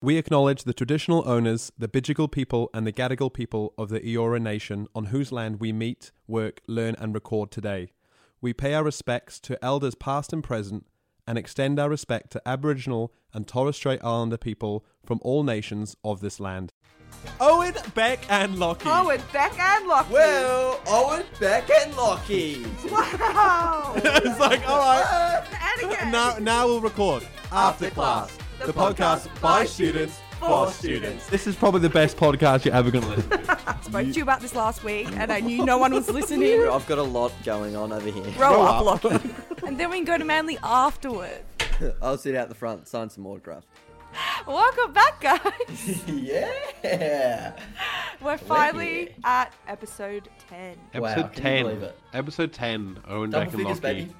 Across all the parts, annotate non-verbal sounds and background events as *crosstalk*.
We acknowledge the traditional owners, the Bidjigal people and the Gadigal people of the Eora Nation, on whose land we meet, work, learn, and record today. We pay our respects to elders past and present, and extend our respect to Aboriginal and Torres Strait Islander people from all nations of this land. Owen, Beck, and Lockie. Owen, Beck, Oh, and Lockie. Well, Owen, Beck, and Lockie. *laughs* Wow. *laughs* it's like, all right, and again. now, now we'll record. After class, The the podcast podcast by by students, for students. students. This is probably the best podcast you're ever going to *laughs* listen to. I spoke to you about this last week, and I knew no one was *laughs* listening. I've got a lot going on over here. Grow up, Lockie. and then we can go to Manly afterward. I'll sit out the front, sign some autographs. Welcome *laughs* back, guys. yeah. We're finally at episode 10. Wow, Episode can you believe 10. it? Episode 10. Owen Double Beck and figures, Lockie. baby.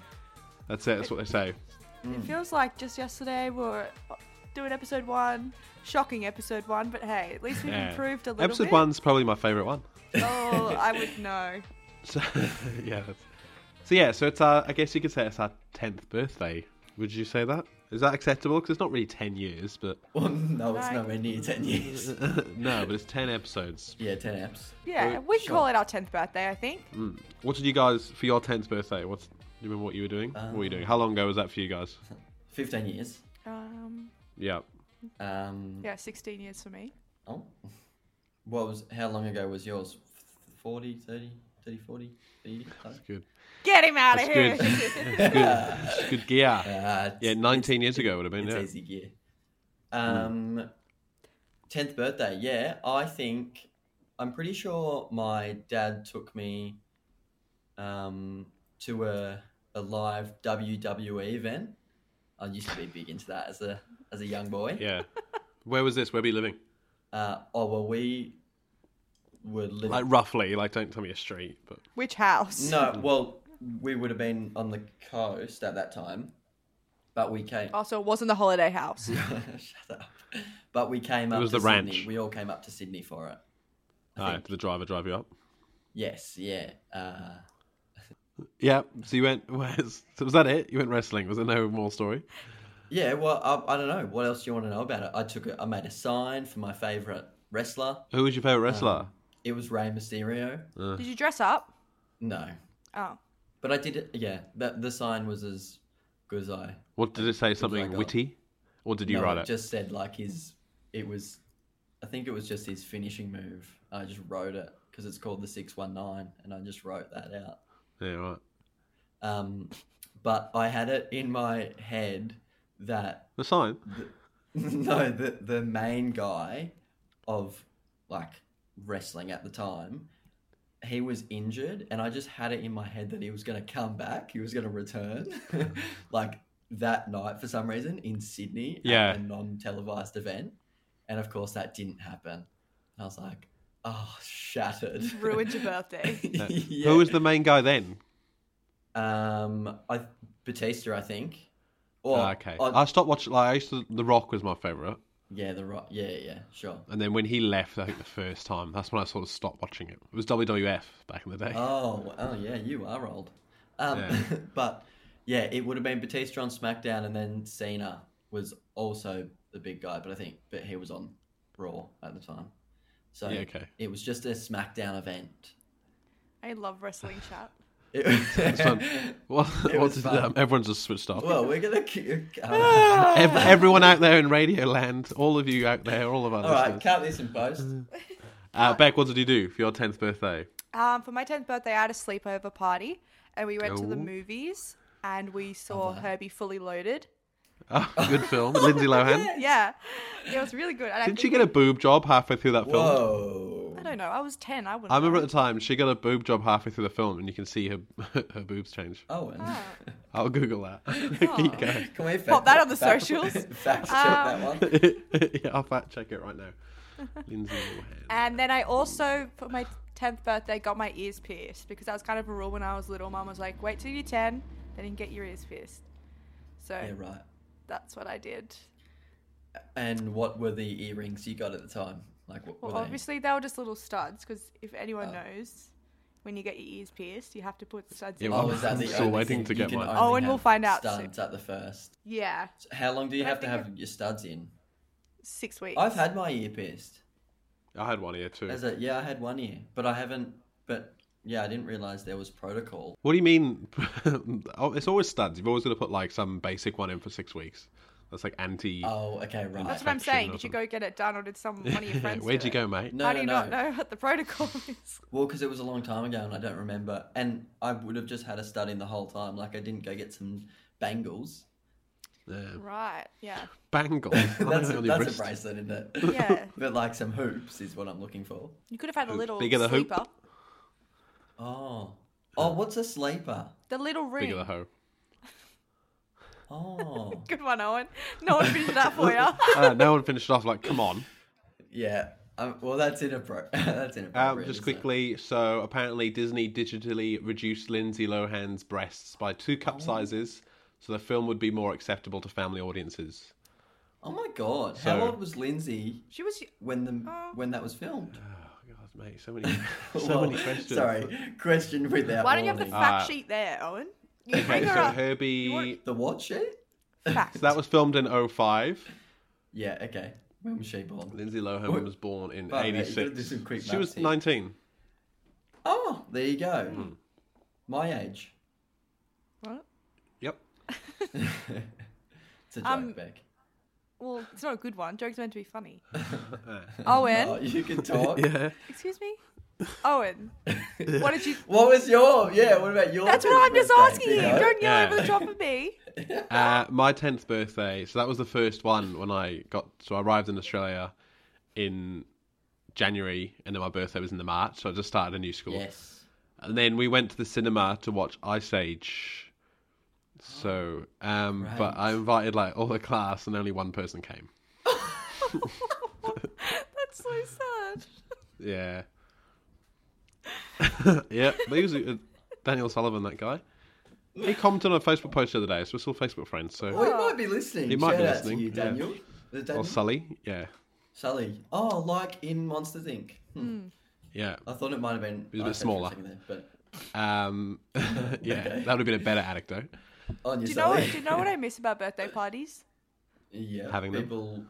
That's it. That's what they say. It feels like just yesterday we were doing episode one. Shocking episode one, but hey, at least we've Yeah. improved a little Episode bit. 1's probably my favourite one. *laughs* Oh, I would know. So, yeah. that's- So, yeah, so it's our, I guess you could say it's our 10th birthday. Would you say that? Is that acceptable? Because it's not really 10 years, but *laughs* Well, no, it's Right. nowhere near 10 *laughs* years. no, but it's 10 episodes. Yeah, 10 apps. Yeah, Uh, we can sure. call it our 10th birthday, I think. Mm. What did you guys, for your 10th birthday, what's, do you remember what you were doing? what were you doing? How long ago was that for you guys? 15 years. Um, Yeah. Um, yeah, 16 years for me. oh. What was, how long ago was yours? 40, 30, 30, 40, 30? Good. Get him out of That's here. good. It's good. It's good gear. Uh, it's- yeah, 19 years ago would have been, It's yeah. Hmm. easy gear. Um, tenth birthday. Yeah, I think I'm pretty sure my dad took me um, to a a live WWE event. I used to be big into that as a as a young boy. Yeah. Where was this? Where were you living? Uh, oh well, we were living. Like, roughly. Like, don't tell me a street, but. *laughs* Which house? no, well, we would have been on the coast at that time, but we came. Also, it wasn't the holiday house. *laughs* Shut up. But we came up was to the ranch. Sydney. We all came up to Sydney for it. Alright, did the driver drive you up? Yes, yeah. Uh, Yeah. So you went. *laughs* Was, so was that it? You went wrestling. Was there no more story? yeah, well, I, I don't know. What else do you want to know about it? I took a, I made a sign for my favourite wrestler. Who was your Um, favorite wrestler? It was Rey Mysterio. Did you dress up? No. Oh. But I did it, yeah. The, the sign was as good as I. what did it say? Something got- witty, or did you no, write it it? just said, like, his. It was. I think it was just his finishing move. I just wrote it because it's called the 619, and I just wrote that out. Yeah, right. Um, but I had it in my head that *laughs* The sign. no, the the main guy of like wrestling at the time, he was injured, and I just had it in my head that he was going to come back. He was going to return, *laughs* like that night for some reason in Sydney Yeah. at a non televised event, and of course that didn't happen. I was like, oh, shattered. *laughs* Ruined your birthday. yeah. Who was the main guy then? um? I Batista, I think. Or, Ah, okay. or- I stopped watching. Like I used to. The Rock was my favorite, yeah, the right. Yeah, yeah, *laughs* sure. and then when he left, I think the first time, that's when I sort of stopped watching it. It was WWF back in the day. Oh, oh yeah, you are old. Um, Yeah. *laughs* but yeah, it would have been Batista on SmackDown, and then Cena was also the big guy, but I think, but he was on Raw at the time, so Yeah, okay. it was just a SmackDown event. *laughs* I love wrestling chat. It's *laughs* fun. It, *laughs* What, it what was did, fun. um, everyone's just switched off. well, we're *laughs* gonna. *laughs* keep- Uh, Ev- everyone out there in Radio Land, all of you out there, all of our all right, listeners. cut this in post. uh, Beck, what did you do for your tenth *laughs* birthday? *laughs* Um, for my 10th birthday, I had a sleepover party, and we went to the Oh. movies, and we saw Herbie Fully Loaded. Oh, good film, Lindsay Lohan. Yeah, it was really good. And I Didn't she think get a boob job halfway through that film? Whoa. I don't know. I was 10. I wouldn't. I remember at know. the time she got a boob job halfway through the film, and you can see her *laughs* her boobs change. Owen, Ah. I'll Google that. *laughs* *laughs* Keep going. can we fact, Pop that on the fact- socials. *laughs* Um, Fact check *laughs* that one. *laughs* yeah, I'll fact check it right now. Lindsay Lohan. *laughs* And then I also, for my 10th birthday, got my ears pierced because that was kind of a rule when I was little. Mum was like, wait till you're 10, then you can get your ears pierced. So Yeah, right. that's what I did. And what were the earrings you got at the time? Like what Well, were they? obviously, they were just little studs because if anyone Oh. knows, when you get your ears pierced, you have to put studs Yeah, in. well- Oh, is that the I'm still only waiting thing? to You get can mine. only Oh, and we'll have find out soon. Studs at the first. yeah. So how long do you I have to think have your studs in? six weeks. I've had my ear pierced. I had one ear too. As a, yeah, I had one ear, but I haven't. But yeah, I didn't realize there was protocol. What do you mean? *laughs* oh, it's always studs. You've always got to put like some basic one in for six weeks. That's like anti. *laughs* Oh, okay, right. That's what I'm infection saying. or Did something. you go get it done, or did *laughs* some one of your friends? Where'd do you it? go, mate? no, How no, do you no. not know what the protocol *laughs* is? Well, because it was a long time ago and I don't remember. And I would have just had a stud in the whole time. Like I didn't go get some bangles. Yeah. right. Yeah. Bangle. *laughs* *laughs* that's a, Uh, On your that's wrist. a bracelet, *laughs* isn't it? Yeah. but like some hoops is what I'm looking for. You *laughs* could have had a little bigger the hoop. sleeper. Oh. Oh, what's a sleeper? The little room. Bigger the hoe. Oh. *laughs* *laughs* Good one, Owen. No one finished that for *laughs* you. Uh, no one finished off like, come on. yeah. Um, well, that's inappropriate. *laughs* that's inappropriate. Um, just isn't it? quickly, so apparently Disney digitally reduced Lindsay Lohan's breasts by two Oh. cup sizes, so the film would be more acceptable to family audiences. Oh my god. So- How old was Lindsay *laughs* she was. when the Oh. when that was filmed? Oh God, mate, so *laughs* many, so Well, many questions. *laughs* Sorry, question without Why don't you have the warning. Ah. fact sheet there, Owen? You Okay, bring her so up. Herbie, want- the what shit? *laughs* Fact. so that was filmed in 05. Yeah. Okay. When was she born? Lindsay Lohan Wait. was born in Fuck, mate, you gotta 86. do some quick she was maths here. 19. Oh, there you go. Hmm. My age. *laughs* What? Yep. It's a joke, Um, Beck. Well, it's not a good one. Joke's meant to *laughs* be funny. Uh, Owen, Oh, you can *laughs* talk. yeah. excuse me. *laughs* Owen, what did you? What was your? Yeah. What about your? That's tenth what I'm just birthday, asking you. Theo? Don't yell Yeah. over the top of me. *laughs* Uh, my 10th birthday. So that was the first one when I got. So I arrived in Australia in January, and then my birthday was in the March. So I just started a new school. Yes. And then we went to the cinema to watch Ice Age. So, um, but Great. I invited like all the class, and only one person came. That's so sad. Yeah. *laughs* yeah, but he was a- Daniel Sullivan, that guy. He commented on a Facebook post the other day, so we're still Facebook friends. Oh. So, Well, he might be listening. He might Shout be out listening, To you, yeah. Daniel. Is it or Daniel? Sully, yeah, Sully. Oh, like in Monsters Inc. Hmm. yeah. I thought it might have been. was a I bit said for smaller. second there, but Um, *laughs* yeah, that would have been a better anecdote. on your Do you know? Sully. What, do you know what I miss about birthday parties? yeah. Having them. people.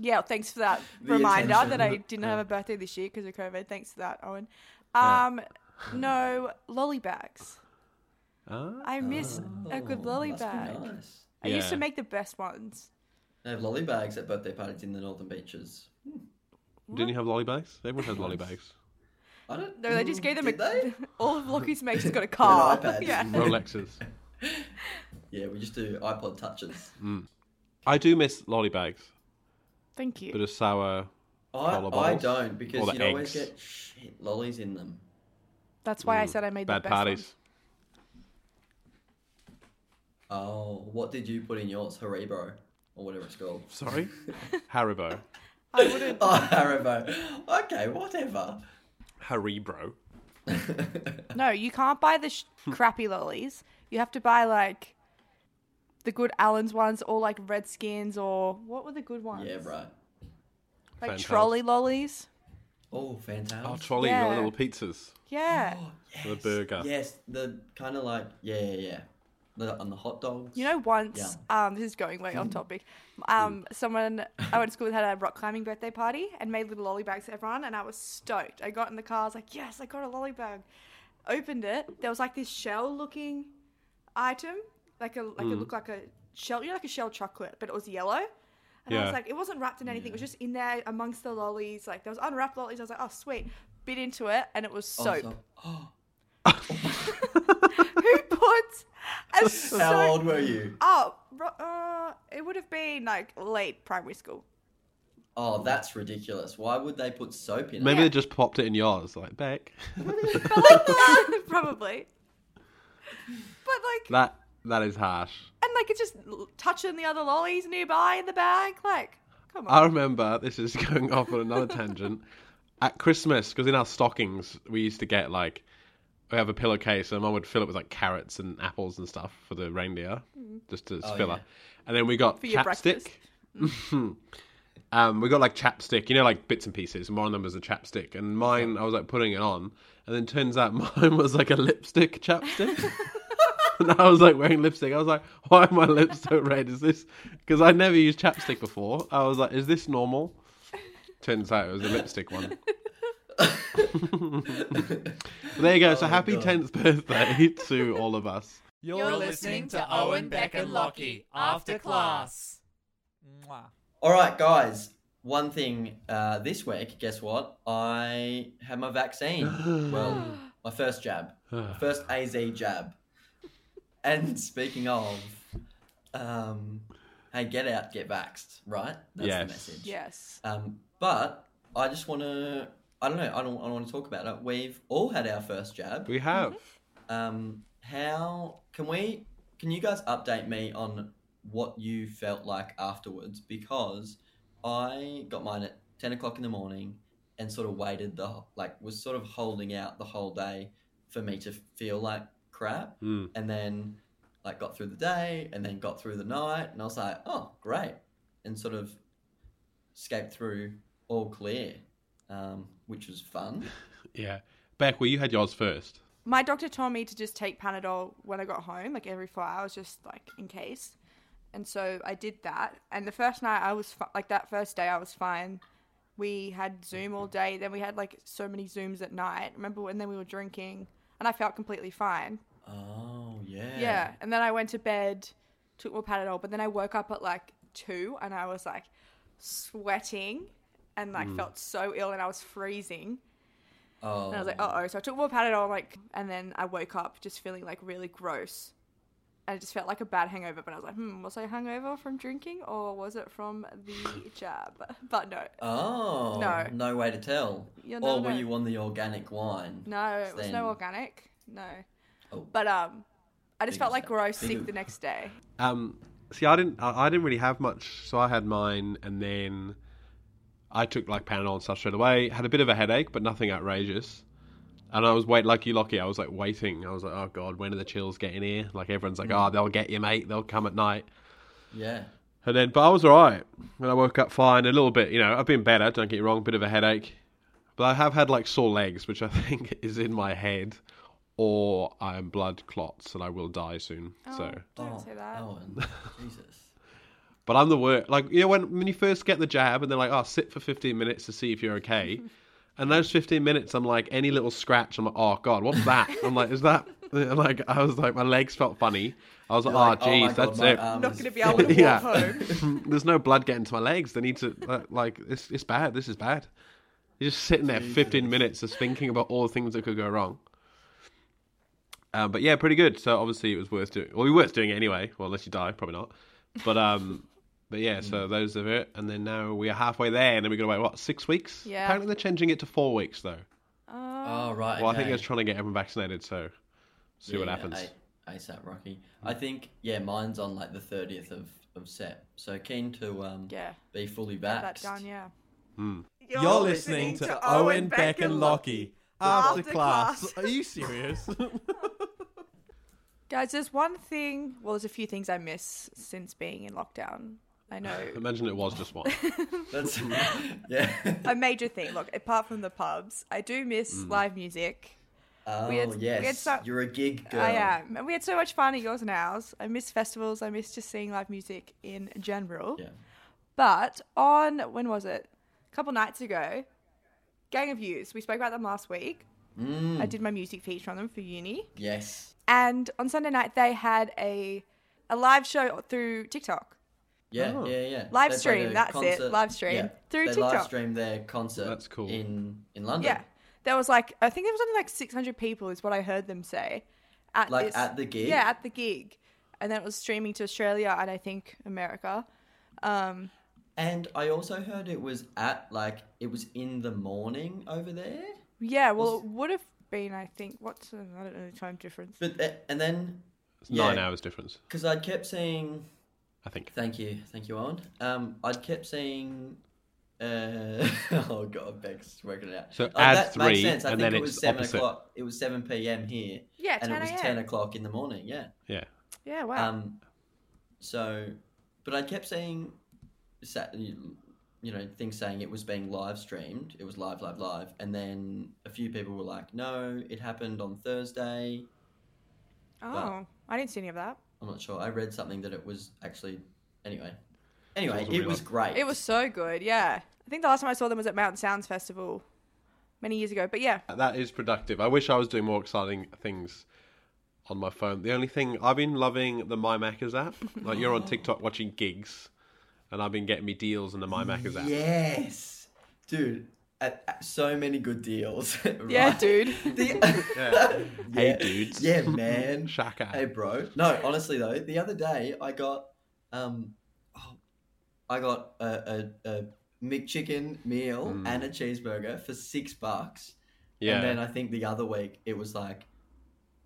Yeah, thanks for that The reminder that I attention. didn't have a birthday this year because of COVID. Thanks for that, Owen. Um, no lollybags. Ah, I *laughs* miss a good Oh, lolly must be bag. Nice. I used to Yeah. make the best ones. They have lolly bags at birthday parties in the northern beaches. didn't you have lollybags? Everyone has lollybags. I don't. No, they just Mm, gave them a. Did they? *laughs* All of Lockie's mates *laughs* has got a car. *laughs* iPad. yeah. Rolexes. Yeah, we just do iPod touches. I do miss lollybags. Thank you. Bit of sour. I, Cola I bottles. don't Or because the you'd always eggs. get shit lollies in them. That's why I said I made the mm, Bad best parties. Oh, what did you put in yours? Haribo or whatever it's called. *laughs* Sorry? Haribo. ones. I wouldn't. *laughs* Oh, Haribo. Okay, whatever. *laughs* Haribro. No, you can't buy the sh- crappy lollies. You have to buy like the good Allen's ones, or like Redskins, or what were the good ones? Yeah, right. Like Fantastic. trolley lollies. Oh, fantastic. Oh, trolley, Yeah. the little pizzas. Oh, Yeah. yes. The burger. Yes, the kind of like yeah, yeah, yeah. The, on the hot dogs. You know, once um, this is going way Hmm. off topic. Um, someone I went to school with had a rock climbing birthday party and made little lolly bags for everyone, and I was stoked. I got in the car, I was like, "Yes, I got a lolly bag." Opened it. There was like this shell-looking item, like a like Hmm. it looked like a shell, you know, like a shell chocolate, but it was yellow. And I Yeah. was like, it wasn't wrapped in anything. It was just in there amongst the lollies. Like there was unwrapped lollies. I was like, oh sweet. Bit into it, and it was Oh, soap. *laughs* so- *gasps* oh, Who puts a soap? *laughs* How old were you? Oh, ro- uh, it would have been like late primary school. Oh, that's ridiculous. Why would they put soap in? Maybe it? they just popped it in yours, like, Beck. *laughs* Probably. But *laughs* like, that That is harsh. and like it's just l- touching the other lollies nearby in the bag. Like, come I on. remember, this is *laughs* going off on another tangent. At Christmas, because in our stockings, we used to get like, we have a pillowcase, and mum would fill it with like carrots and apples and stuff for the reindeer, just to Oh, fill yeah. her. And then we got Mm. For your chapstick. um, we got like chapstick, you know, like bits and pieces. And one of them was a chapstick, and *laughs* *laughs* mine, I was like putting it on, and then turns out mine was like a lipstick chapstick. and I was like wearing lipstick. I was like, *laughs* why are my lips so red? Is this because I never used chapstick before? I was like, is this normal? Turns out it was a lipstick one. *laughs* *laughs* there you go. so Oh, happy God. 10th birthday *laughs* to all of us. You're, You're listening to Owen Beck and Lockie after class. Mwah. All right, guys. One thing uh, this week, guess what? I had my vaccine. well, my first jab, my first AZ jab. And speaking of, um, hey, get out, get vaxxed, right? That's Yes. the message. Yes. Um, but I just want to. I don't know. I don't, I don't want to talk about it. We've all had our first jab. We have. Um, how can we? Can you guys update me on what you felt like afterwards? Because I got mine at ten o'clock in the morning and sort of waited the wh- like was sort of holding out the whole day for me to feel like crap, Mm. and then like got through the day and then got through the night, and I was like, oh great, and sort of escaped through all clear, um, which *laughs* was fun. Yeah. Beck, well, you had yours first. My doctor told me to just take Panadol when I got home, like every four hours, just like in case. And so I did that. And the first night I was fi- like that first day I was fine. We had Zoom all day. Then we had like so many Zooms at night. Remember when then we were drinking and I felt completely fine. Oh yeah, Yeah. And then I went to bed, took more Panadol, but then I woke up at like two and I was like sweating and like felt so ill and I was freezing. Oh, And I was like, uh oh. So I took more Panadol, like, and then I woke up just feeling like really gross. And it just felt like a bad hangover, but I was like, hmm, was I hungover from drinking or was it from *laughs* the jab? But no, Oh, No. no way to tell. You're or not were right. you on the organic wine? no, it was Then- no organic, no. Oh. But um, I just Big felt like mistake. gross Big sick the move. next *laughs* day. Um, see, I didn't. I, I didn't really have much, so I had mine, and then I took like Panadol and stuff straight away. Had a bit of a headache, but nothing outrageous. And I was wait like you, Lockie. I was like waiting. I was like, oh god, when are the chills getting here? Like everyone's like, oh, they'll get you, mate. They'll come at night. Yeah. And then, but I was all right. When I woke up fine, a little bit. You know, I've been better. Don't get me wrong. Bit of a headache, but I have had like sore legs, which I *laughs* think is in my head, or I'm blood clots and I will die soon. So. Don't oh, say *laughs* that. Owen, Jesus. But I'm the worst. Like you know, when when you first get the jab, and they're like, "Oh, sit for 15 minutes to see if you're okay," and those 15 minutes, I'm like, any little scratch, I'm like, "Oh God, what's that?" I'm like, "Is that?" *laughs* Like I was like, my legs felt funny. I was like, You're like, "Oh, geez, my God, that's my um, it." arm Not is *laughs* gonna be able to *laughs* fully- walk Yeah. home. *laughs* There's no blood getting to my legs. They need to uh, like it's it's bad. This is bad. You're just sitting there 15 minutes just thinking about all the things that could go wrong. Um, but yeah, pretty good. So obviously it was worth doing. Well, it was worth doing it anyway. Well, unless you die, probably not. But um, but yeah. Mm. So those of it, and then now we are halfway there, and then we got to wait what six weeks? Yeah. Apparently they're changing it to four weeks though. *laughs* Um, Oh, right. Well, I think okay. they're trying to get everyone vaccinated. So see what Yeah, happens. A- ASAP Rocky. I think, yeah, mine's on like the 30th of, of Sep. So keen to um, Yeah, be fully that vaxxed. done, yeah. Hmm. You're listening to Owen Beck and Lockie after class. Are you serious? Guys, there's one thing, well, there's a few things I miss since being in lockdown. I know *laughs* Imagine it was just one. *laughs* That's, *laughs* yeah. a major thing. Look, apart from the pubs, I do miss live music. Oh, had- we had yes. so- You're a gig girl. I am. And We had so much fun at yours and ours. I miss festivals. I miss just seeing live music in general. Yeah. But on when was it? A couple nights ago, Gang of Youths. We spoke about them last week. Mm, I did my music feature on them for uni, yes. and on Sunday night they had a a live show through TikTok. Yeah, Oh. yeah, yeah. Live played stream, a that's it, live stream, through they TikTok. live streamed their concert. That's cool. In, in London. Yeah, there was like I think there was only like 600 people is what I heard them say. At Like this- at the gig? Yeah, at the gig, and then it was streaming to Australia and I think America. Um, And I also heard it was at like it was in the morning over there. yeah, well, it would have been I think what's the, I don't know the time difference. But th- and then It's Yeah. Nine hours difference, because I kept seeing, I think. thank you, thank you, Owen. Um, I kept seeing. Uh, *laughs* oh god, Beck's working it out. So Like, add that makes three, sense. I and think then it was it's seven opposite. o'clock. It was seven p.m. here, Yeah, and 10 it was a.m. ten o'clock in the morning. Yeah. Yeah. Yeah, wow. Um, so, but I kept seeing, sa- you you know, things saying it was being live streamed. It was live, live, live. And then a few people were like, no, it happened on Thursday. Oh, I didn't see any of that. I'm not sure. I read something that it was actually. Anyway. Anyway, also it really was like- great. It was so good. Yeah, I think the last time I saw them was at Mountain Sounds Festival many years ago. But yeah, That is productive. I wish I was doing more exciting things on my phone. The only thing I've been loving the My Maccas *laughs* app. Like you're on TikTok watching gigs, and I've been getting me deals in the My Maccas app. Yes, dude. Uh, uh, so many good deals. *laughs* yeah, right? dude. The- Yeah. Hey, Yeah. dudes. Yeah, man. Shaka. Hey, bro. No, honestly though, the other day I got, um, oh, I got a, a, a McChicken meal and a cheeseburger for six bucks. Hmm. yeah. And then I think the other week it was like,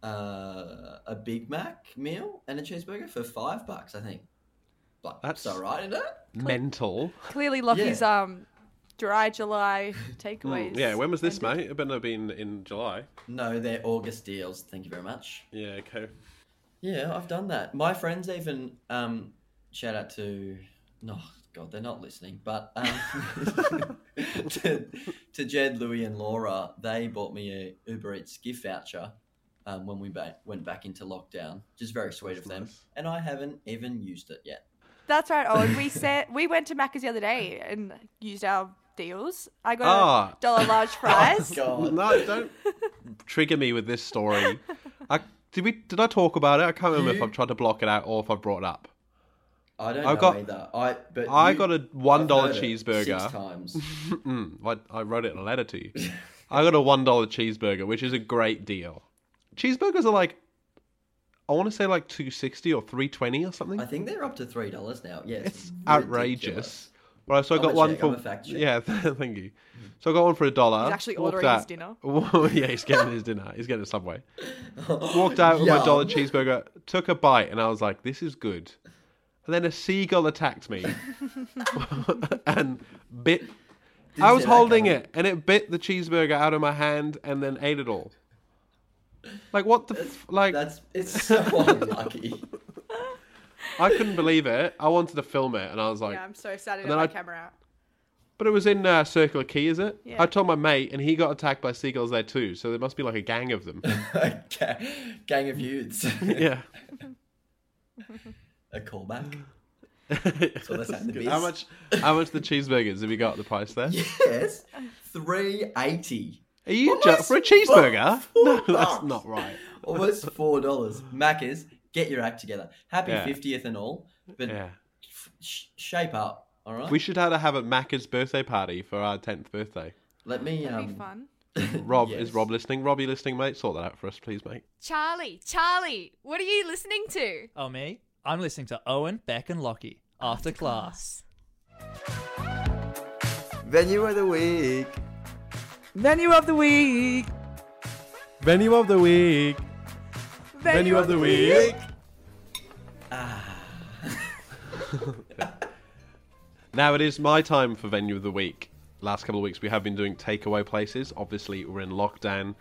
uh, a Big Mac meal and a cheeseburger for five bucks. I think. Like, That's- that's all right, isn't it? Mental. Clearly, Lockie's um dry *laughs* July Hmm. takeaways. Yeah. When was this, ended. mate? It better not have been in July. No, they're August deals. Thank you very much. Yeah. Okay. Yeah, I've done that. My friends even um, shout out to no God, they're not listening, but um, *laughs* to, to Jed, Louis, and Laura, they bought me a Uber Eats gift voucher um, when we ba- went back into lockdown, which is very sweet That's of them. nice. And I haven't even used it yet. That's right, Owen. We said we went to Macca's the other day and used our deals. I got Ah. a *laughs* dollar large fries. God, No, *laughs* don't trigger me with this story. I did we did I talk about it? I can't remember if You- I've tried to block it out or if I've brought it up. I don't I've know got- either. I but I you- got a one I've dollar heard it six cheeseburger. times. Mm, I, I wrote it in a letter to *laughs* you. I got a one dollar cheeseburger, which is a great deal. Cheeseburgers are like I want to say like two sixty or three twenty or something. I think they're up to three dollars now. Yes, It's outrageous. Right, so I I'm got a one check, for I'm a fact check. yeah, *laughs* thank you. So I got one for a dollar. He's actually walked ordering his *laughs* out- dinner. yeah, he's getting his dinner. He's getting a *laughs* subway. Walked out with my dollar cheeseburger, took a bite, and I was like, "This is good." And then a seagull attacked *laughs* me *laughs* and bit. I was holding it, and it bit the cheeseburger out of my hand, and then ate it all. Like what the f- like? That's it's so *laughs* unlucky. I couldn't believe it. I wanted to film it, and I was like, Yeah, I'm so excited And to then have my I- camera out. But it was in uh, Circular Key, is it? Yeah. I told my mate, and he got attacked by seagulls there too. So there must be like a gang of *laughs* them. Ga- Gang *laughs* of youths. yeah. *laughs* A callback. so that's how the How biz- much? How much the cheeseburgers? Have you got the price there? Yes. Three eighty. Are you Almost ju- for a cheeseburger? *laughs* four no, that's bucks. not right. Almost four dollars. Macca's, get your act together. Happy Yeah. fiftieth and all, but Yeah. f- sh- shape up. All right. We should have to have a Macca's birthday party for our tenth birthday. Let me. That'd um, be *laughs* fun. Rob yes. is Rob listening? Rob, you listening, mate? Sort that out for us, please, mate. Charlie, Charlie, what are you listening to? Oh, me? I'm listening to Owen, Beck, and Lockie after class. Venue of the week. Venue of the week. Venue of the week. Venue of the week. Ah. *laughs* Now it is my time for venue of the week. Last couple of weeks we have been doing takeaway places. Obviously we're in lockdown.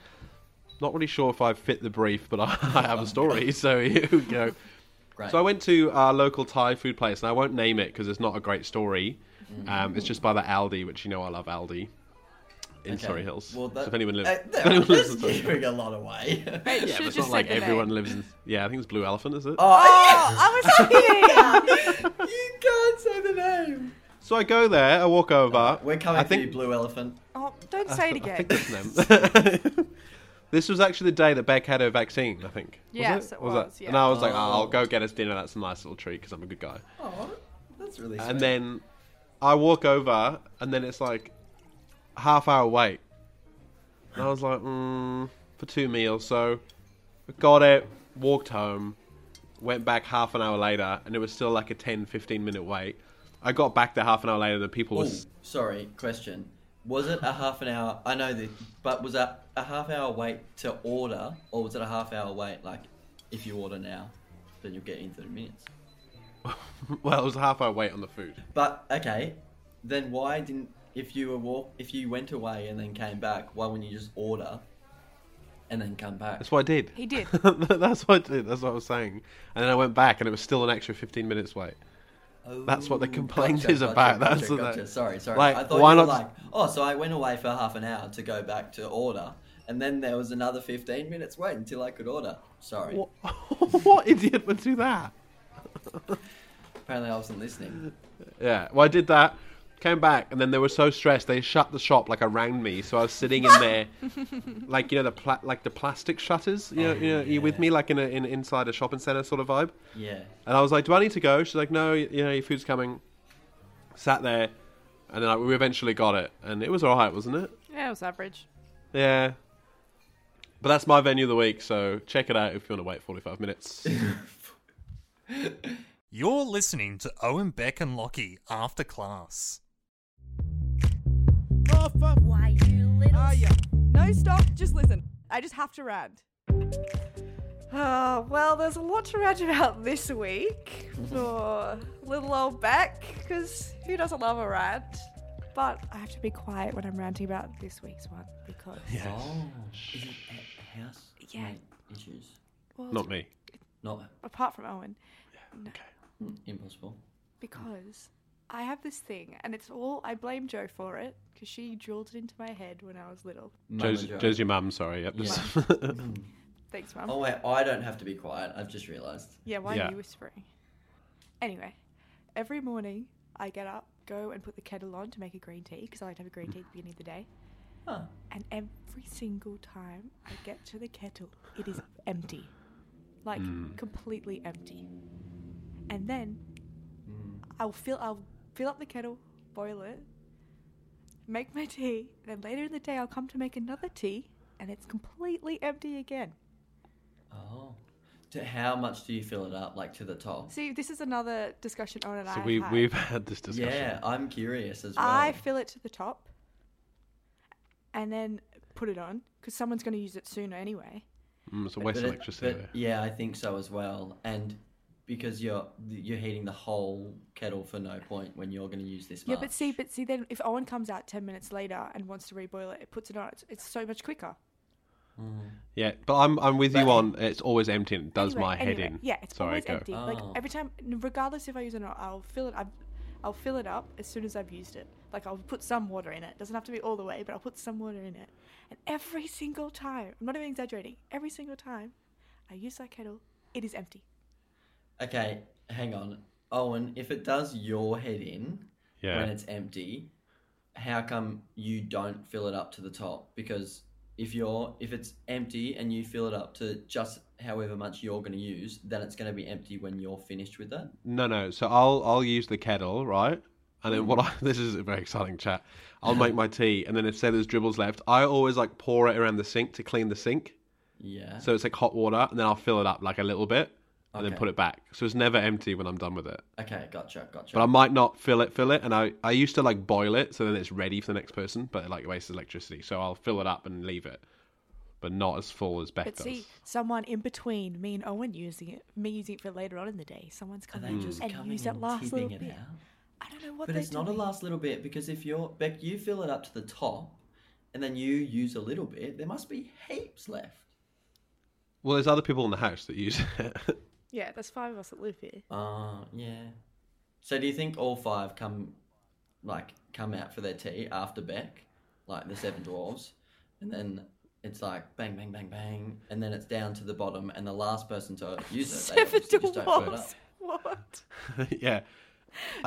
Not really sure if I've fit the brief, but *laughs* I, I have a story, *laughs* so here we go. Great. So I went to our local Thai food place, and I won't name it because it's not a great story. Um, it's just by the Aldi, which you know I love Aldi in okay. Surrey Hills. Well, that, so if *laughs* anyone lives, uh, *laughs* if anyone lives that's in Surrey, giving a *laughs* lot away. Mate, yeah, should but it's not just like said the everyone name. lives in. Yeah, I think it's Blue Elephant, is it? Ah! oh, Oh, I *laughs* was here. you can't say the name. So I go there, I walk over. We're coming I for think you, Blue Elephant. oh, don't say it I again. think that's them. *laughs* this was actually the day that Beck had her vaccine, I think. Was Yes, it was, And yeah. I was like, oh, I'll Oh. go get us dinner. That's a nice little treat because I'm a good guy. Oh, that's really. And sweet. then I walk over, and then it's like a half hour wait. And I was like, mm, for two meals. So got it, walked home, went back half an hour later, and it was still like a 10, 15 minute wait. I got back there half an hour later, and the people Ooh, was sorry, question. Was it a half an hour? I know this, but was that a half hour wait to order, or was it a half hour wait? Like, if you order now, then you'll get in 30 minutes. *laughs* well, it was a half hour wait on the food. But okay, then why didn't if you were walk if you went away and then came back? Why wouldn't you just order and then come back? That's what I did. He did. *laughs* that's what I did. That's what I was saying. And then I went back, and it was still an extra 15 minutes wait. that's what the Oh, complaint is about. That's what they- Sorry, sorry. Like, I thought why you were not- like, oh, so I went away for half an hour to go back to order, and then there was another 15 minutes wait until I could order. Sorry. What, *laughs* what idiot would do that? Apparently, I wasn't listening. Yeah. Well, I did that. Came back, and then they were so stressed they shut the shop like around me. So I was sitting in there, *laughs* like you know the pla- like the plastic shutters. You know, Oh, you know, you with me like in a in inside a shopping center sort of vibe. Yeah. And I was like, "Do I need to go?" She's like, "No, y- you know, your food's coming." Sat there, and then like, we eventually got it, and it was all right, wasn't it? Yeah, it was average. Yeah. But that's my venue of the week, so check it out if you want to wait 45 minutes. *laughs* You're listening to Owen Beck and Lockie after class. Why, you little. No, stop. Just listen. I just have to rant. Oh, well, there's a lot to rant about this week for little old Beck, because who doesn't love a rant? But I have to be quiet when I'm ranting about this week's one because Oh. Is it a- house? Yeah. mate Issues. well, Not me. Not apart from Owen, impossible. because I have this thing, and it's all I blame Joe for it because she drilled it into my head when I was little. Mama Joe's, Joe. Joe's your mum, sorry. Yep. *laughs* Yeah. Thanks, mum. Oh wait, I don't have to be quiet. I've just realised. Yeah, why Yeah. are you whispering? Anyway, every morning I get up, go and put the kettle on to make a green tea because I like to have a green tea at the beginning of the day. Huh. And every single time I get to the kettle, it is empty. Like Hmm. completely empty. And then Hmm. I'll fill I'll fill up the kettle, boil it, make my tea, then later in the day I'll come to make another tea and it's completely empty again. Oh. To how much do you fill it up, like to the top? See, this is another discussion on and I so have we, had. we've had this discussion. Yeah, I'm curious as well. I fill it to the top and then put it on because someone's going to use it sooner anyway. Mm, it's a But waste of it- electricity. but yeah, I think so as well. And because you're you're heating the whole kettle for no point when you're going to use this Yeah, much. but see, but see, then if Owen comes out 10 minutes later and wants to reboil it, it puts it on. It's, it's so much quicker. yeah, but I'm, I'm with you But- on it's always empty and it does Anyway- my head anyway, in. Yeah, it's sorry, always go. empty. Like Oh. every time, n- regardless if I use it or not, I'll fill it. I've, I'll fill it up as soon as I've used it. Like I'll put some water in it. Doesn't have to be all the way, but I'll put some water in it. And every single time, I'm not even exaggerating. Every single time, I use that kettle, it is empty. okay, hang on, Owen. If it does your head in Yeah. when it's empty, how come you don't fill it up to the top? Because if you're if it's empty and you fill it up to just however much you're going to use, then it's going to be empty when you're finished with that. No, no. So I'll I'll use the kettle, right? And Mm. then what I *laughs* this is a very exciting chat. *laughs* I'll make my tea, and then if say there's dribbles left, I always like pour it around the sink to clean the sink. Yeah. So it's like hot water, and then I'll fill it up like a little bit, and Okay. then put it back. So it's never empty when I'm done with it. okay, gotcha, gotcha. But I might not fill it, fill it, and I I used to like boil it so then it's ready for the next person, but it like wastes electricity. So I'll fill it up and leave it, but not as full as Beck But does. see, someone in between me and Owen using it, me using it for later on in the day, someone's Are come they in just Hmm. and coming use and that last little tipping it bit. out? I don't know what But they're it's not a doing. last little bit because if you're Beck, you fill it up to the top, and then you use a little bit. There must be heaps left. Well, there's other people in the house that use *laughs* it. Yeah, there's five of us that live here. Uh yeah. So do you think all five come, like, come out for their tea after Beck, like the Seven Dwarves, and then it's like bang, bang, bang, bang, and then it's down to the bottom, and the last person to use it, *laughs* they Seven obviously just don't fill it up. dwarfs. *laughs* What? yeah.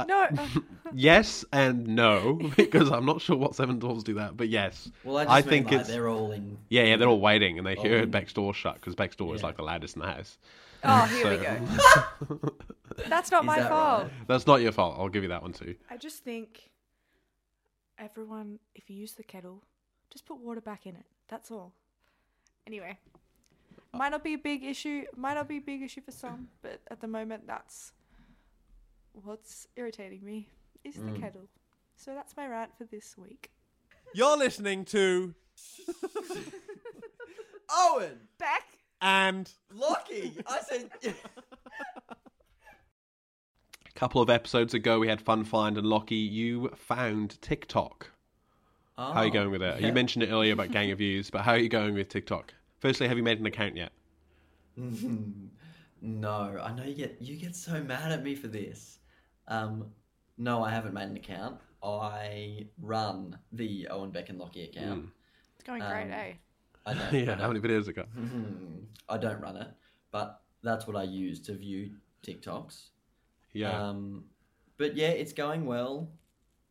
no. uh, Yes and no, *laughs* because I'm not sure what Seven Dwarfs do that, but yes. Well, I, just mean, think like, it's. they're all in. Yeah, yeah, they're all waiting and they hear Oh. Beck's door shut because Beck's door is Yeah. like the loudest in the house. *laughs* oh, here we So- go. That's not Is my that fault. right? *laughs* That's not your fault. I'll give you that one too. I just think everyone, if you use the kettle, just put water back in it. That's all. Anyway, Oh. might not be a big issue. Might not be a big issue for some, *clears throat* but at the moment, that's what's irritating me is the Mm. kettle. So that's my rant for this week. You're listening to Owen, Back. and Lockie, *laughs* I *laughs* said. A couple of episodes ago, we had Fun Find and Lockie. You found TikTok. How Oh, are you going with it? You mentioned it earlier about Gang of Views, but how are you going with TikTok? Firstly, have you made an account yet? Oh, No, I know you get you get so mad at me for this. Um, no, I haven't made an account. I run the Owen Beck and Lockie account. Mm. It's going Um, great, eh? *laughs* I I know. yeah, how many videos I got? Mhm. I don't run it, but that's what I use to view TikToks. Yeah. Um, but yeah, it's going well.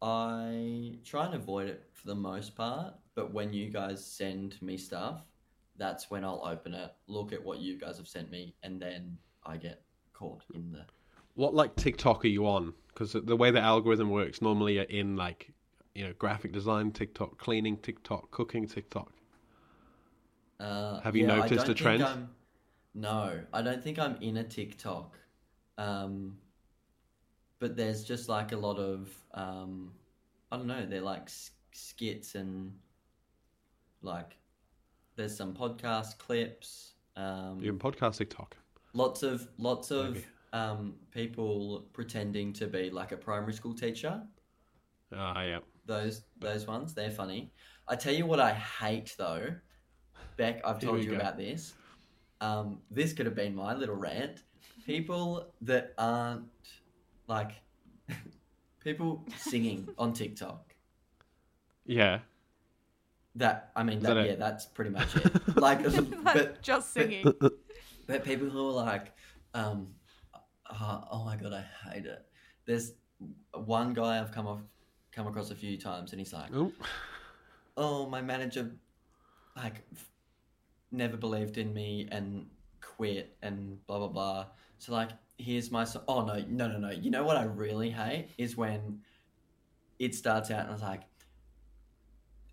I try and avoid it for the most part, but when you guys send me stuff, that's when I'll open it, look at what you guys have sent me, and then I get caught in the. what like TikTok are you on? Because the way the algorithm works, normally you're in like you know graphic design TikTok, cleaning TikTok, cooking TikTok. Uh, Have you yeah, I noticed don't a think trend? I'm- No, I don't think I'm in a TikTok. Um, but there's just like a lot of um, I don't know. They're like s- skits and like there's some podcast clips. Um, You're in podcast TikTok. Lots of lots of um, people pretending to be like a primary school teacher. Ah, yeah. Those those ones, they're funny. I tell you what I hate though. Beck, I've Here told we you go. about this. Um, this could have been my little rant. People that aren't like *laughs* people singing on TikTok. Yeah. That I mean, that that, it? yeah, that's pretty *laughs* much it. Like, *laughs* but Like, *laughs* just singing. But people who are like, um, uh, oh my god, I hate it. There's one guy I've come off, come across a few times, and he's like, Oh, oh, my manager, like, f- never believed in me and quit and blah blah blah. So like, here's my so- oh no no no no. You know what I really hate is when it starts out and I was like.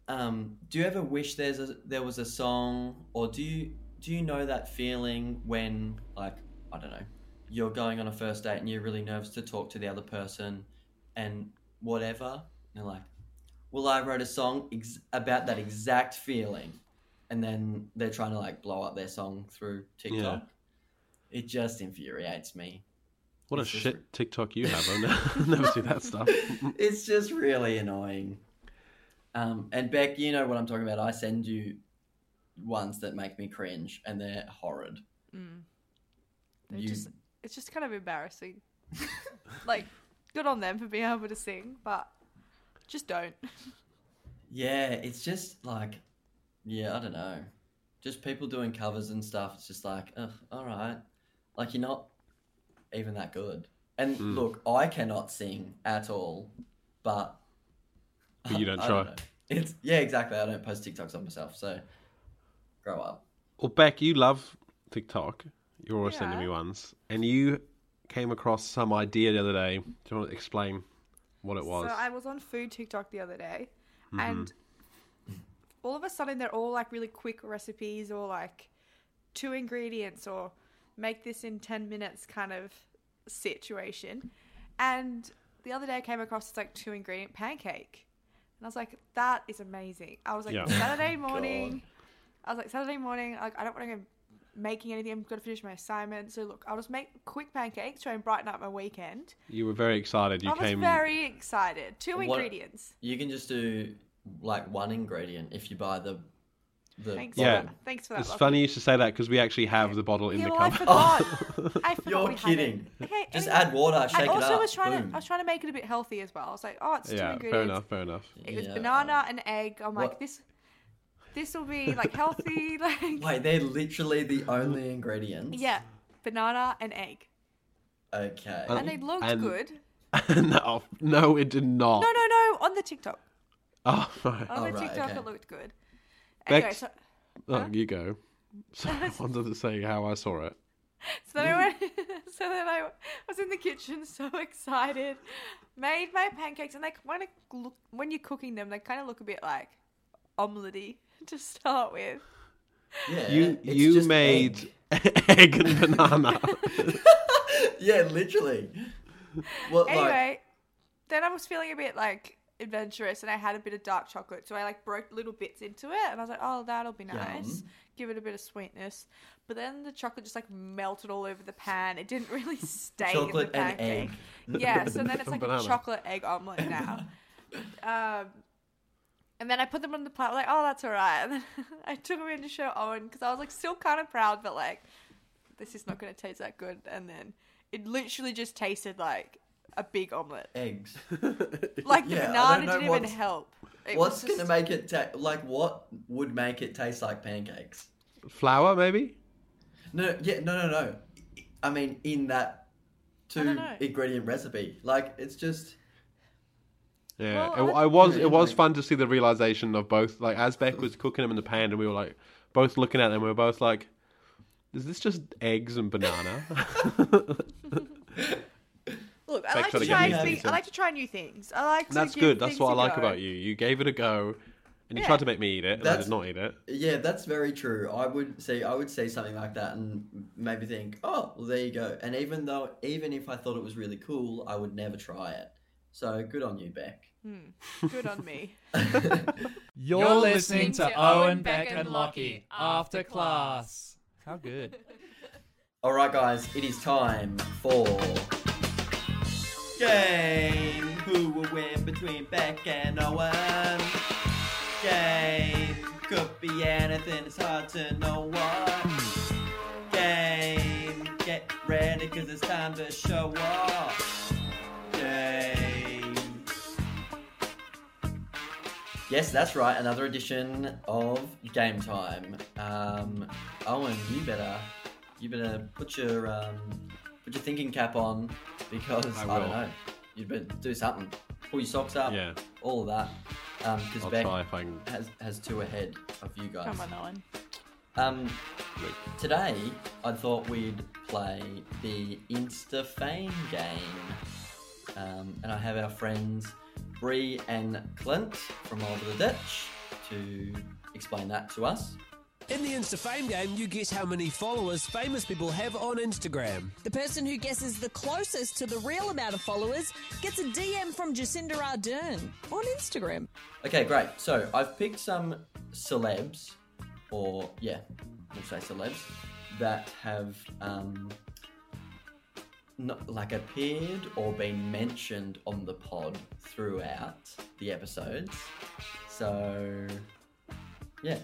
Um, do you ever wish there's a there was a song, or do you do you know that feeling when like I don't know, you're going on a first date and you're really nervous to talk to the other person, and whatever, and you're like, well, I wrote a song ex- about that exact feeling, and then they're trying to like blow up their song through TikTok. It just infuriates me. what a It's just- shit TikTok you have! I've never, never seen that stuff. it's just really annoying. Um, and Beck, you know what I'm talking about. I send you ones that make me cringe, and they're horrid. Mm. They're You, just- It's just kind of embarrassing. *laughs* like, good on them for being able to sing, but just don't. Yeah, it's just like, yeah, I don't know, just people doing covers and stuff. It's just like, ugh, all right, like you're not even that good. And Hmm. look, I cannot sing at all, but But you don't *laughs* I try. know. It's yeah, exactly. I don't post TikToks on myself, so grow up. Well, Beck, you love TikTok. You're always sending Yeah. me ones, and you came across some idea the other day. Do you want to explain what it was? Mm-hmm. So I was on food TikTok the other day, and all of a sudden they're all like really quick recipes or like two ingredients or make this in 10 minutes kind of situation. And the other day I came across this like two ingredient pancake. And I was like, that is amazing. I was like, Yeah. *laughs* Saturday morning. I was like, Saturday morning, like I don't want to go making anything. I'm going to finish my assignment. So look, I'll just make quick pancakes, try and brighten up my weekend. you were very excited. You I was came. very excited. Two What- ingredients. You can just do like one ingredient if you buy the the Thanks. Yeah. For that. Thanks for that. It's Lachlan. funny you should say that because we actually have the bottle in Yeah, the well, I car. forgot. I forgot You're we had kidding. it. Okay, Just anyway. add water, shake I also it up. was trying boom. to. I was trying to make it a bit healthy as well. I was like, oh, it's *laughs* two yeah, ingredients. fair enough. Fair enough. *laughs* It was Yeah. banana and egg. I'm like What- this. This will be like healthy. *laughs* Like Wait, they're literally the only ingredients. yeah, banana and egg, Okay. Um, and they looked And- good. no, no, it did not. No, no, no. On the TikTok, *laughs* Oh, right. on Oh, the right, TikTok, okay. it looked good. Bex- Anyway, so, Oh, you go. *laughs* So I wanted to say how I saw it. So then I went, *laughs* so then I was in the kitchen, so *laughs* excited, made my pancakes, and they kind of look when you're cooking them, they kind of look a bit like omelety *laughs* to start with. Yeah, You Uh, it's you just made egg. *laughs* *laughs* egg. and *laughs* banana. Yeah, literally. What like Anyway, then I was feeling a bit like adventurous, and I had a bit of dark chocolate, so I like broke little bits into it, and I was like, oh, that'll be nice. Give it a bit of sweetness, but then the chocolate just like melted all over the pan. It didn't really *laughs* stay in the chocolate and pancake. egg. *laughs* Yeah, so then it's like a Banana. chocolate egg omelet now. um, and then I put them on the plate, like, oh, that's all right. And then *laughs* I took them in to show Owen because I was like still kind of proud, but like, this is not going to taste that good. And then it literally just tasted like a big omelet. Eggs. Like the *laughs* Yeah, I don't banana know didn't even what's- help. It What's was just- gonna make it ta- like? What would make it taste like pancakes? Flour, maybe? No, no, yeah, no, no, no. I mean, in that two know. ingredient recipe, like it's just Yeah, Well, it, I- I was. It Really? was fun to see the realization of both. Like Azbek was cooking them in the pan, and we were like both looking at them. We were both like, "Is this just eggs and banana?" *laughs* *laughs* Look, I Make like sure to to get try me things. decent. I like to try new things. I like. And that's to good. That's what I like about you. You gave it a go, and you Yeah. tried to make me eat it, and I That's- did not eat it. yeah, that's very true. I would say I would say something like that and maybe think, oh, well, there you go. And even though, even if I thought it was really cool, I would never try it. So good on you, Beck. *laughs* Good *laughs* on me. You're, You're listening to Owen, Beck, and Lockie after class. How good. All right, guys, it is time for game. Who will win between Beck and Owen? Game could be anything. It's hard to know what. Game, get ready 'cause it's time to show off. Game. Yes, that's right. Another edition of Game Time. Um, Owen, you better, you better put your um, put your thinking cap on because I, I don't will. know. You'd better do something. Pull your socks up. Yeah. All of that. Because I'll Beck try if I can. has has two ahead of you guys. Come on, Owen. Um, Great. today I thought we'd play the Insta Fame game, um, and I have our friends Bree and Clint from Over the Ditch to explain that to us. In the Insta Fame game, you guess how many followers famous people have on Instagram. The person who guesses the closest to the real amount of followers gets a DM from Jacinda Ardern on Instagram. Okay, great. So I've picked some celebs, or yeah, we'll say celebs, that have um, not, like appeared or been mentioned on the pod throughout the episodes. So yeah,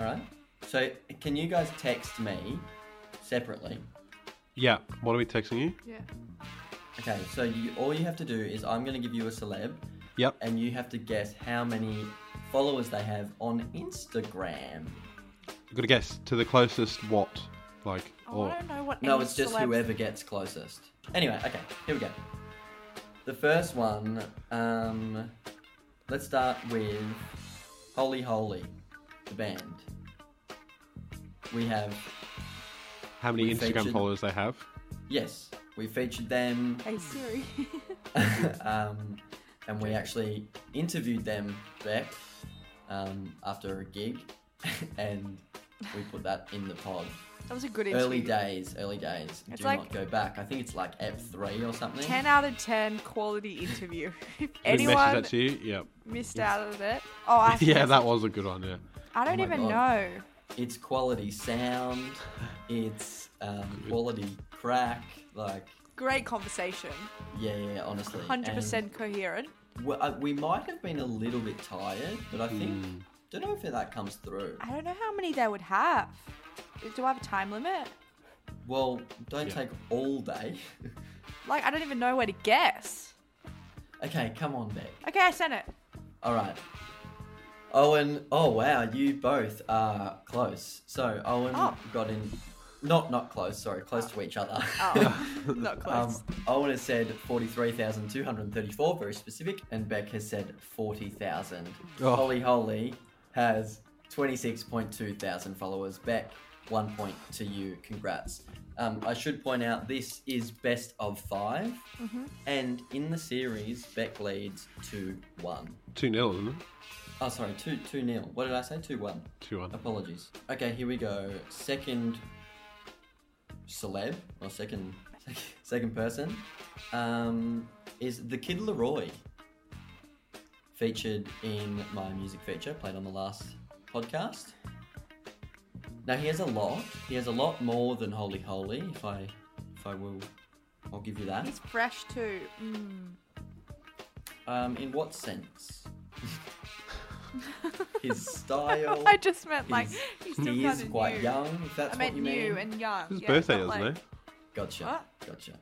all right. So can you guys text me separately? Yeah. What are we texting you? Yeah. Okay, so you, all you have to do is I'm going to give you a celeb, Yep. and you have to guess how many followers they have on Instagram. I've got to guess to the closest what, like, Oh, or I don't know what. No, any it's just celebs- whoever gets closest. Anyway, okay, here we go. The first one, um, let's start with Holy Holy, the band. We have, how many we Instagram featured- followers they have. yes, we featured them, Hey Siri. um, and we actually interviewed them back um, after a gig, *laughs* and we put that in the pod. that was a good interview. Early days, early days. It's Do like- not go back. I think it's like F3 or something. Ten out of ten quality *laughs* interview. If Did we message anyone that to you? Yep. missed out of it, oh, I *laughs* Yeah, that was a good one. Yeah. I don't my even God. know. it's quality sound, *laughs* it's um, quality crack. Like, Great conversation. yeah, yeah, honestly. And Hundred percent coherent. We, uh, we might have been a little bit tired, but I think don't know if that comes through. I don't know how many they would have. Do I have a time limit? Well, don't Yeah. take all day. *laughs* Like I don't even know where to guess. okay, come on, Beck. Okay, I sent *laughs* it. All right. Owen, oh wow, you both are close. So Owen Oh. got in, not not close. Sorry, close to each other. Oh, not Um, close. Owen has said 43,234, very specific, and Beck has said 40,000. Oh. Holy Holy has 26.2 thousand followers. Beck, one point to you. Congrats. Um, I should point out this is best of 5 and in the series, Beck leads 2 1. Two 0 isn't it? Oh, sorry, 2 2 nil. What did I say? 2 1. Two one. Apologies. Okay, here we go. Second celeb or second *laughs* second person um, is the Kid Leroy, featured in my music feature played on the last podcast. Now he has a lot. He has a lot more than Holy Holy. If I if I will, I'll give you that. He's fresh too. Mm. Um, in what sense? *laughs* His style. *laughs* I just meant like He's- he's still he kind is of quite new. young. If that's I meant what you new mean. and young. His yeah, birthday, not isn't like- it? Gotcha. What? Gotcha.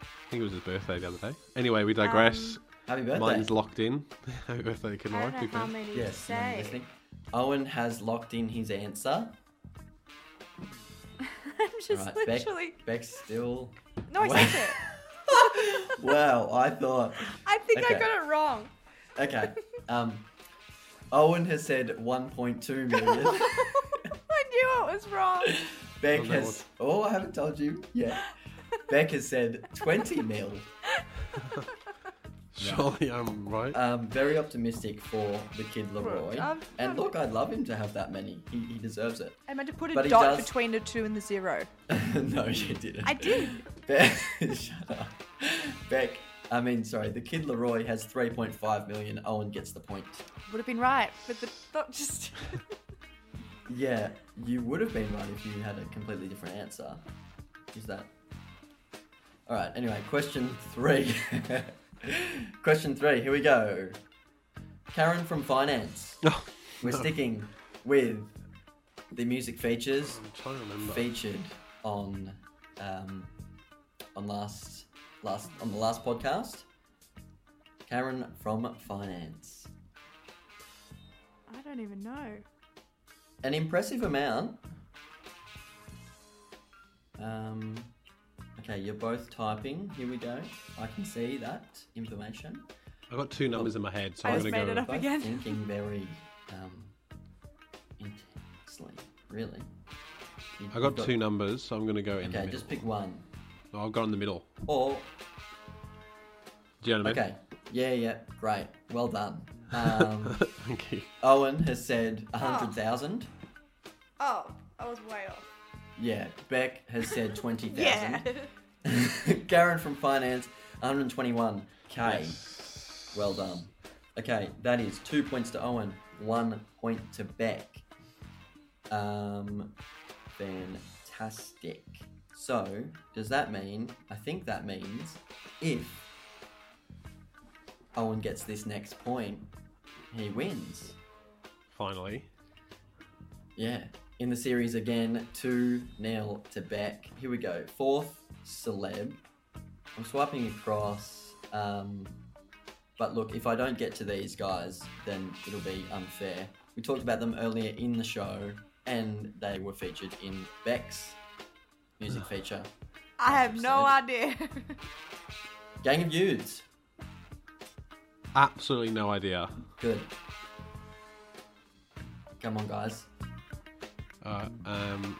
I think it was his birthday the other day. Anyway, we digress. Happy Um, birthday. Mine's locked in. *laughs* Happy birthday, kid I Laurie. don't know how many to Yes. someone say. listening. Owen has locked in his answer. *laughs* I'm just Right, Beck, literally. Beck's still. *laughs* No, I Wow. said it. *laughs* Wow, I thought. *laughs* I think I Okay. got it *laughs* wrong. *laughs* Okay. Um, Owen has said *laughs* 1.2 million. I knew it was wrong. Beck Oh, no. has. Oh, I haven't told you yet. Beck has said 20 mil. *laughs* Surely I'm right. Um, very optimistic for the kid Leroy. Um, and look, I'd love him to have that many. He, he deserves it. *laughs* I meant to put a But he dot does- between the two and the zero. no, you didn't. I did. *laughs* Beck, shut up. Beck, I mean, sorry, the kid Leroy has 3.5 million. Owen gets the point. Would have been right, but the thought just. Yeah, you would have been right if you had a completely different answer. Is that? All right. Anyway, question three. *laughs* question three. Here we go. Karen from finance. Oh, *laughs* We're no. sticking with the music features I'm trying to remember. featured on um, on last last on the last podcast. Karen from finance. I don't even know. an impressive amount. Um, okay, you're both typing. Here we go. I can see that information. I've got two numbers in my head, so I I'm just going to go. made it up Both again. thinking very um, intensely. Really. You- I got you've two numbers, so I'm going to go in the Okay, middle. just pick one. No, I'll go in the middle. Or Do you know what I mean? okay, yeah, yeah, great, well done. Um, Thank you. Owen has said a hundred thousand. *laughs* Oh, I was way off. Yeah, Beck has said twenty thousand. Yeah. *laughs* Karen from finance, 121k. Well done. Okay, that is two points to Owen, one point to Beck. Um, fantastic. So, does that mean? I think that means if Owen gets this next point, he wins. Finally. Yeah. In the series again, 2 0 to Beck. Here we go. Fourth celeb. I'm swiping across. Um, but look, if I don't get to these guys, then it'll be unfair. We talked about them earlier in the show, and they were featured in Beck's music feature. *laughs* I have no idea. *laughs* Gang of Youths. Absolutely no idea. Good. Come on, guys. Uh, um,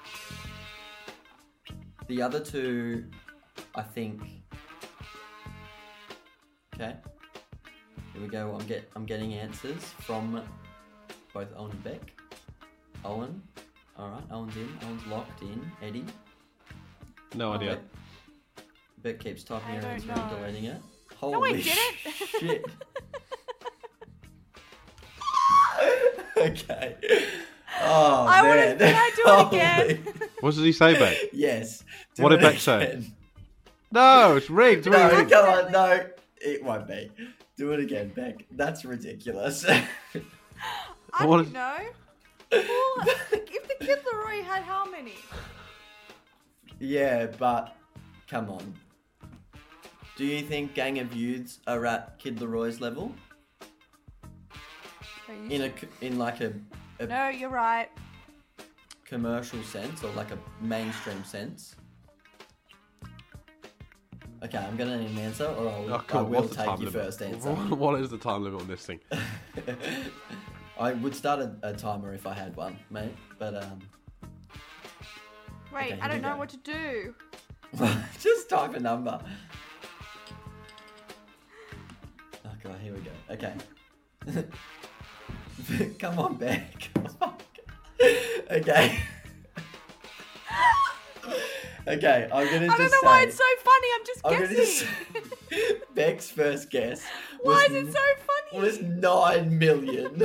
The other two, I think. Okay. Here we go. I'm get. I'm getting answers from both Owen and Beck. Owen. All right. Owen's in. Owen's locked in. Eddie. no idea. Beck keeps typing I her don't answer and know. deleting it. Holy I didn't. *laughs* shit! *laughs* okay. Oh I man. would've- can I do it again? *laughs* Holy- What does he say, *laughs* Beck? Yes. Do What did it Beck say? again. No, it's rigged. No, it's rigged. come on, no, it won't be. Do it again, Beck. That's ridiculous. *laughs* I What don't is- know. Well, if the kid Leroy had how many? yeah, but come on. Do you think Gang of Youths are at Kid Leroy's level in a c- in like a, a No, you're right. commercial sense or like a mainstream sense? Okay, I'm gonna need an answer, or I'll, Oh, cool. I will What's the take time your limit? *laughs* first answer. What- what is the time limit on this *laughs* thing? I would start a, a timer if I had one, mate. But um, Wait, Okay, I here we don't know go. what to do. *laughs* Just type a number. Oh god, here we go. Okay. *laughs* Come on back. *laughs* Fuck. okay. okay, I'm gonna I just Oh, don't know say, why it's so funny. I'm just I'm gonna guessing. just say *laughs* Beck's first guess. *laughs* Why is was it n- so funny? was *laughs* nine million.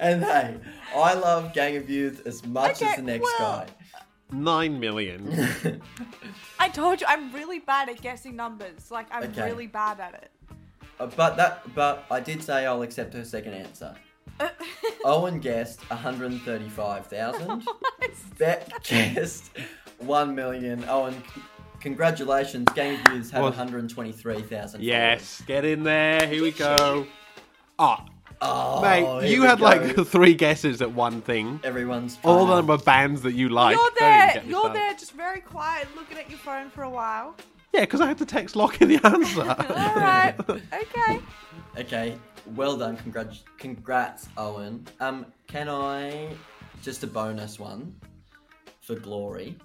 and hey, I love Gang of Youth as much as Okay, the next well- guy. Nine million. I told you, I'm really bad at guessing numbers. Like, I'm Okay. really bad at it. *laughs* Uh, But that, but I did say I'll accept her second answer. Owen guessed 135,000. Beck guessed 1 million. Owen c- Congratulations, Game Views have Well- 123,000. Yes, get in there. Here we go. Ah, Oh, mate, here you we had go. like *laughs* three guesses at one thing. Everyone's *laughs* All trying. of them are bands that you like. you're Don't even there. get me You're started. there, just very quiet, looking at your phone for a while. Yeah, because I had to text Lockie the answer. *laughs* All right. *laughs* okay. Okay, well done. Congrats, congrats, Owen. Um, can I just a bonus one for glory?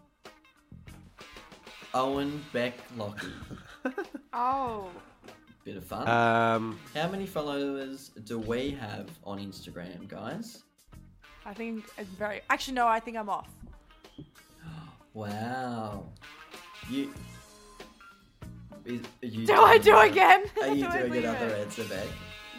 Owen Beck Lockie. Oh. Bit of fun. um, How many followers do we have on Instagram, guys? I think it's very. Actually, no. I think I'm off. Wow. You. Is, are you Do I do doing- again? Are *laughs* you Do I doing leave another it? answer, Beck?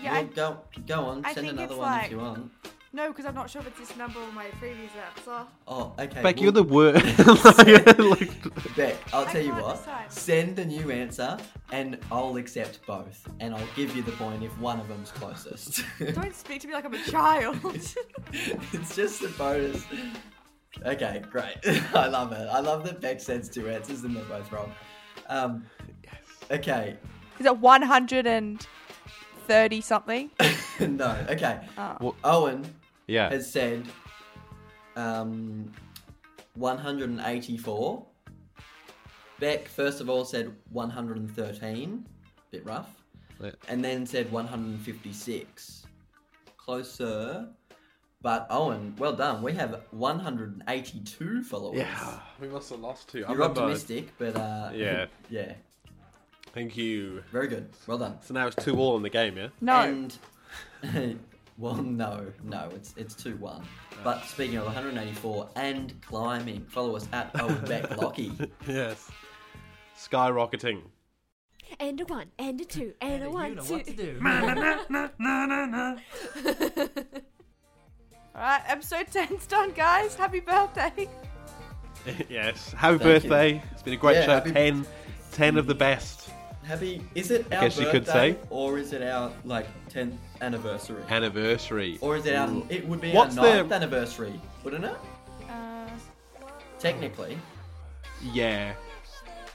Yeah, Well, I- go, go on, I send think another it's one like- if you want. No, because I'm not sure if it's this number or my previous app. So. Oh, okay. Beck, well- you're the *laughs* worst. Like, *laughs* like, Beck, I'll I tell you can't what. decide. Send the new answer, and I'll accept both, and I'll give you the point if one of them's closest. Don't speak to me like I'm a child. *laughs* *laughs* it's just a bonus. Okay, great. *laughs* I love it. I love that Beck sends two answers, and they're both wrong. Um, Okay. *laughs* Is it 130 *laughs* something? no. Okay. Well- Owen yeah. has said um, 184. Beck, first of all, said 113. Bit rough. Yeah. And then said 156. Closer. But Owen, well done. We have 182 followers. Yeah, we must have lost two. I You're remember. optimistic, but uh, Yeah. *laughs* yeah, Thank you. very good. Well done. So now it's two all in the game, yeah. No. And *laughs* well, no, no, it's it's two one. Uh. But speaking of 184 and climbing, follow us *laughs* at Owen Beck Lockie. Yes. Skyrocketing. *laughs* And a one, and a two, and a one, you know two. what to do. All right, episode 10's done, guys. Happy birthday. yes. Happy Thank you. birthday. It's been a great Yeah, show. happy- Ten. Ten of the best. Happy? Is it our guess you birthday, could say. or is it our like 10th anniversary? Anniversary. or is it our? It would be What's our 9th the- anniversary, wouldn't it? Uh, Technically, Yeah.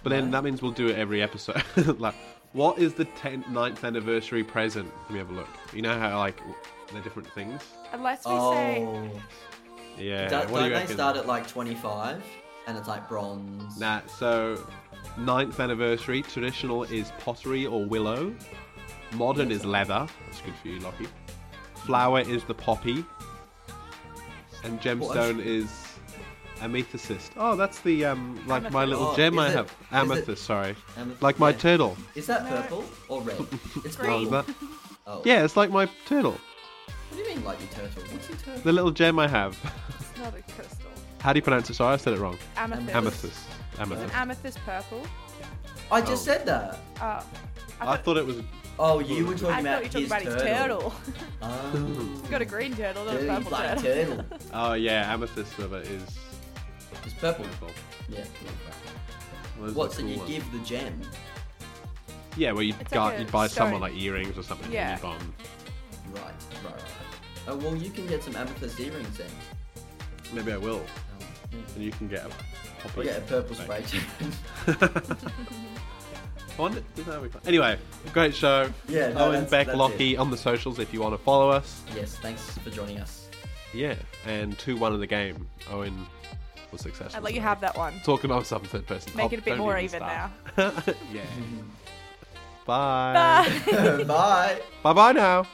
But then that means we'll do it every episode. *laughs* like, what is the 10th, 9th anniversary present? Let me have a look. You know how, like, they're different things? unless we say. oh, Yeah. what don't, do don't you they reckon? start at like 25, and it's like bronze? Nah, so, 9th anniversary, traditional is pottery or willow. Modern is leather. That's good for you, Lockie. Flower is the poppy. And gemstone is amethyst. Oh, that's the, um, like my little Oh, gem is I it- have. is it- Amethyst, sorry. Amethyst, Like my yeah. turtle. Is that purple *laughs* or red? It's Oh, green. is that? Oh. Yeah, it's like my turtle. What do you mean, like your turtle? What's your turtle? The little gem I have. It's not a crystal. How do you pronounce it? Sorry, I said it wrong. Amethyst. Amethyst. An Amethyst. amethyst purple. I just Oh. said that. Uh, I thought it was. Oh, you were I talking thought about, you were talking his, about his turtle. turtle. Oh, He's got a green turtle, not a dirty purple bloody turtle. *laughs* turtle. Oh yeah, amethyst of it is. It's purple. Well, Yeah. those are What? So cool you ones. give the gem? Yeah, well you It's got like a you buy someone stone. like earrings or something. Yeah. And you buy 'em. Right. Right. Right. Oh well, you can get some amethyst earrings then. Maybe I will, Oh, yeah. and you can get a. We Poppy. get a purple Back. spray tan. *laughs* *laughs* I wonder- did that be fun? Anyway, great show. Yeah, no, Owen that's- Beck that's Lockie on the socials if you want to follow us. yes. Thanks for joining us. *laughs* Yeah, and two one in the game. Owen was successful. I'll let you today. have that one. Talking about myself in third person. Make Oh, it a bit don't more even start. *laughs* yeah. Bye. Bye. Bye. Bye bye now.